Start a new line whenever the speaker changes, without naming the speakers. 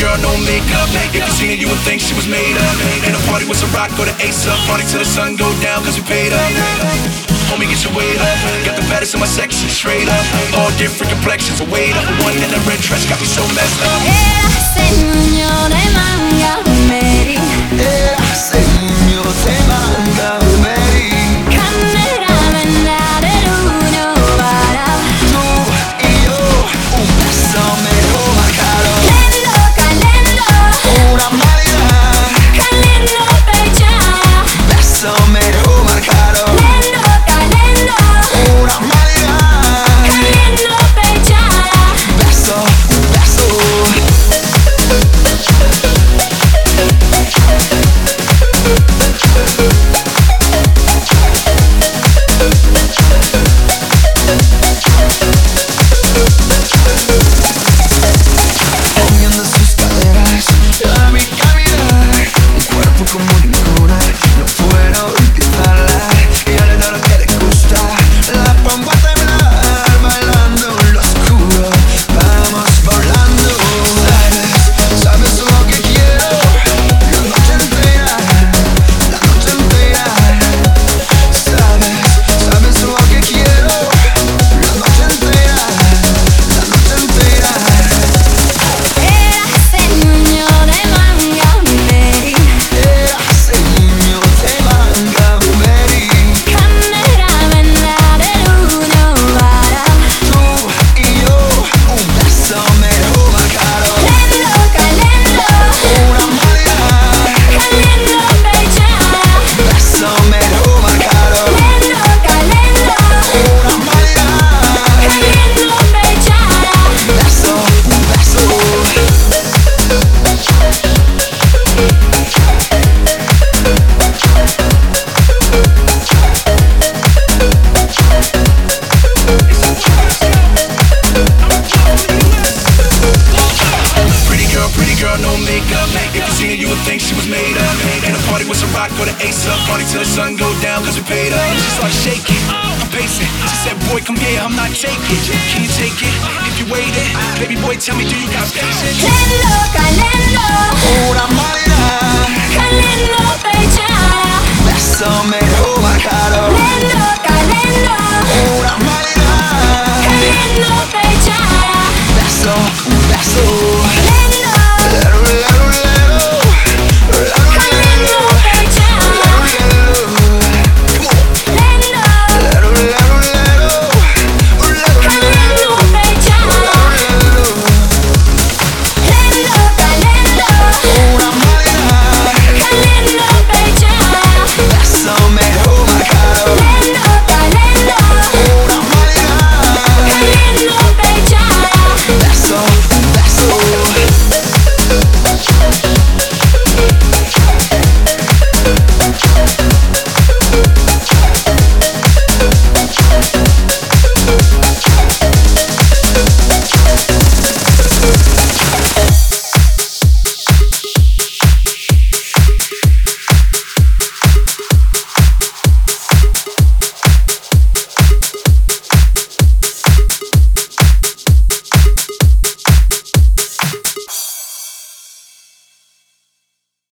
girl, no makeup. If you seen it, you would think she was made up. And a party with some rock, go to Ace up. Party till the sun go down, cause we paid up. Homie, get your weight up. Got the baddest in my section, straight up. All different complexions, a weight up. One in a red dress got me so messed up.
Era señora de manga Mary
Era segno te manda Mary
Camera vendare l'uno para
Tu e io Un pezzo meno caro
Lendo, calendo,
Una maria
calendo pecciara
Pezzo meno caro
Lendo, calendo,
Una maria
calendo pecciara
Pezzo, pezzo Moviendo sus caderas a mi caminar Un cuerpo como ninguna, no puedo quitarla Y ahora no lo que le gusta, la pongo a temblar Bailando en lo oscuro, vamos volando Sabes, sabes lo que quiero La noche entera, la noche entera Sabes, sabes lo que quiero La noche entera, la noche entera
Era señora de manga Mary
Era segno te manga Mary
Camera vendare l'uno para
Tu e io un pezzo meno caro
Lendo, calendo,
Una maria
calendo pecciara
un pezzo meno caro
Lendo, calendo
Una maria
Caliendo pechara,
un pezzo, un pezzo
Pretty girl, pretty girl, no makeup. If you seen it, you would think she was made up. And a party with some rock, go to Ace up. Party till the sun go down, cause we paid up. She started shaking, I'm pacing. She said, boy, come here, I'm not taking. Can you take it? If you waiting, baby boy, tell me, do you got patience?
lendo, calendo,
Una maria
caliendo pechara,
un pezzo meno caro
lendo, calendo,
Una maria
caliendo pechara.
un pezzo, un pezzo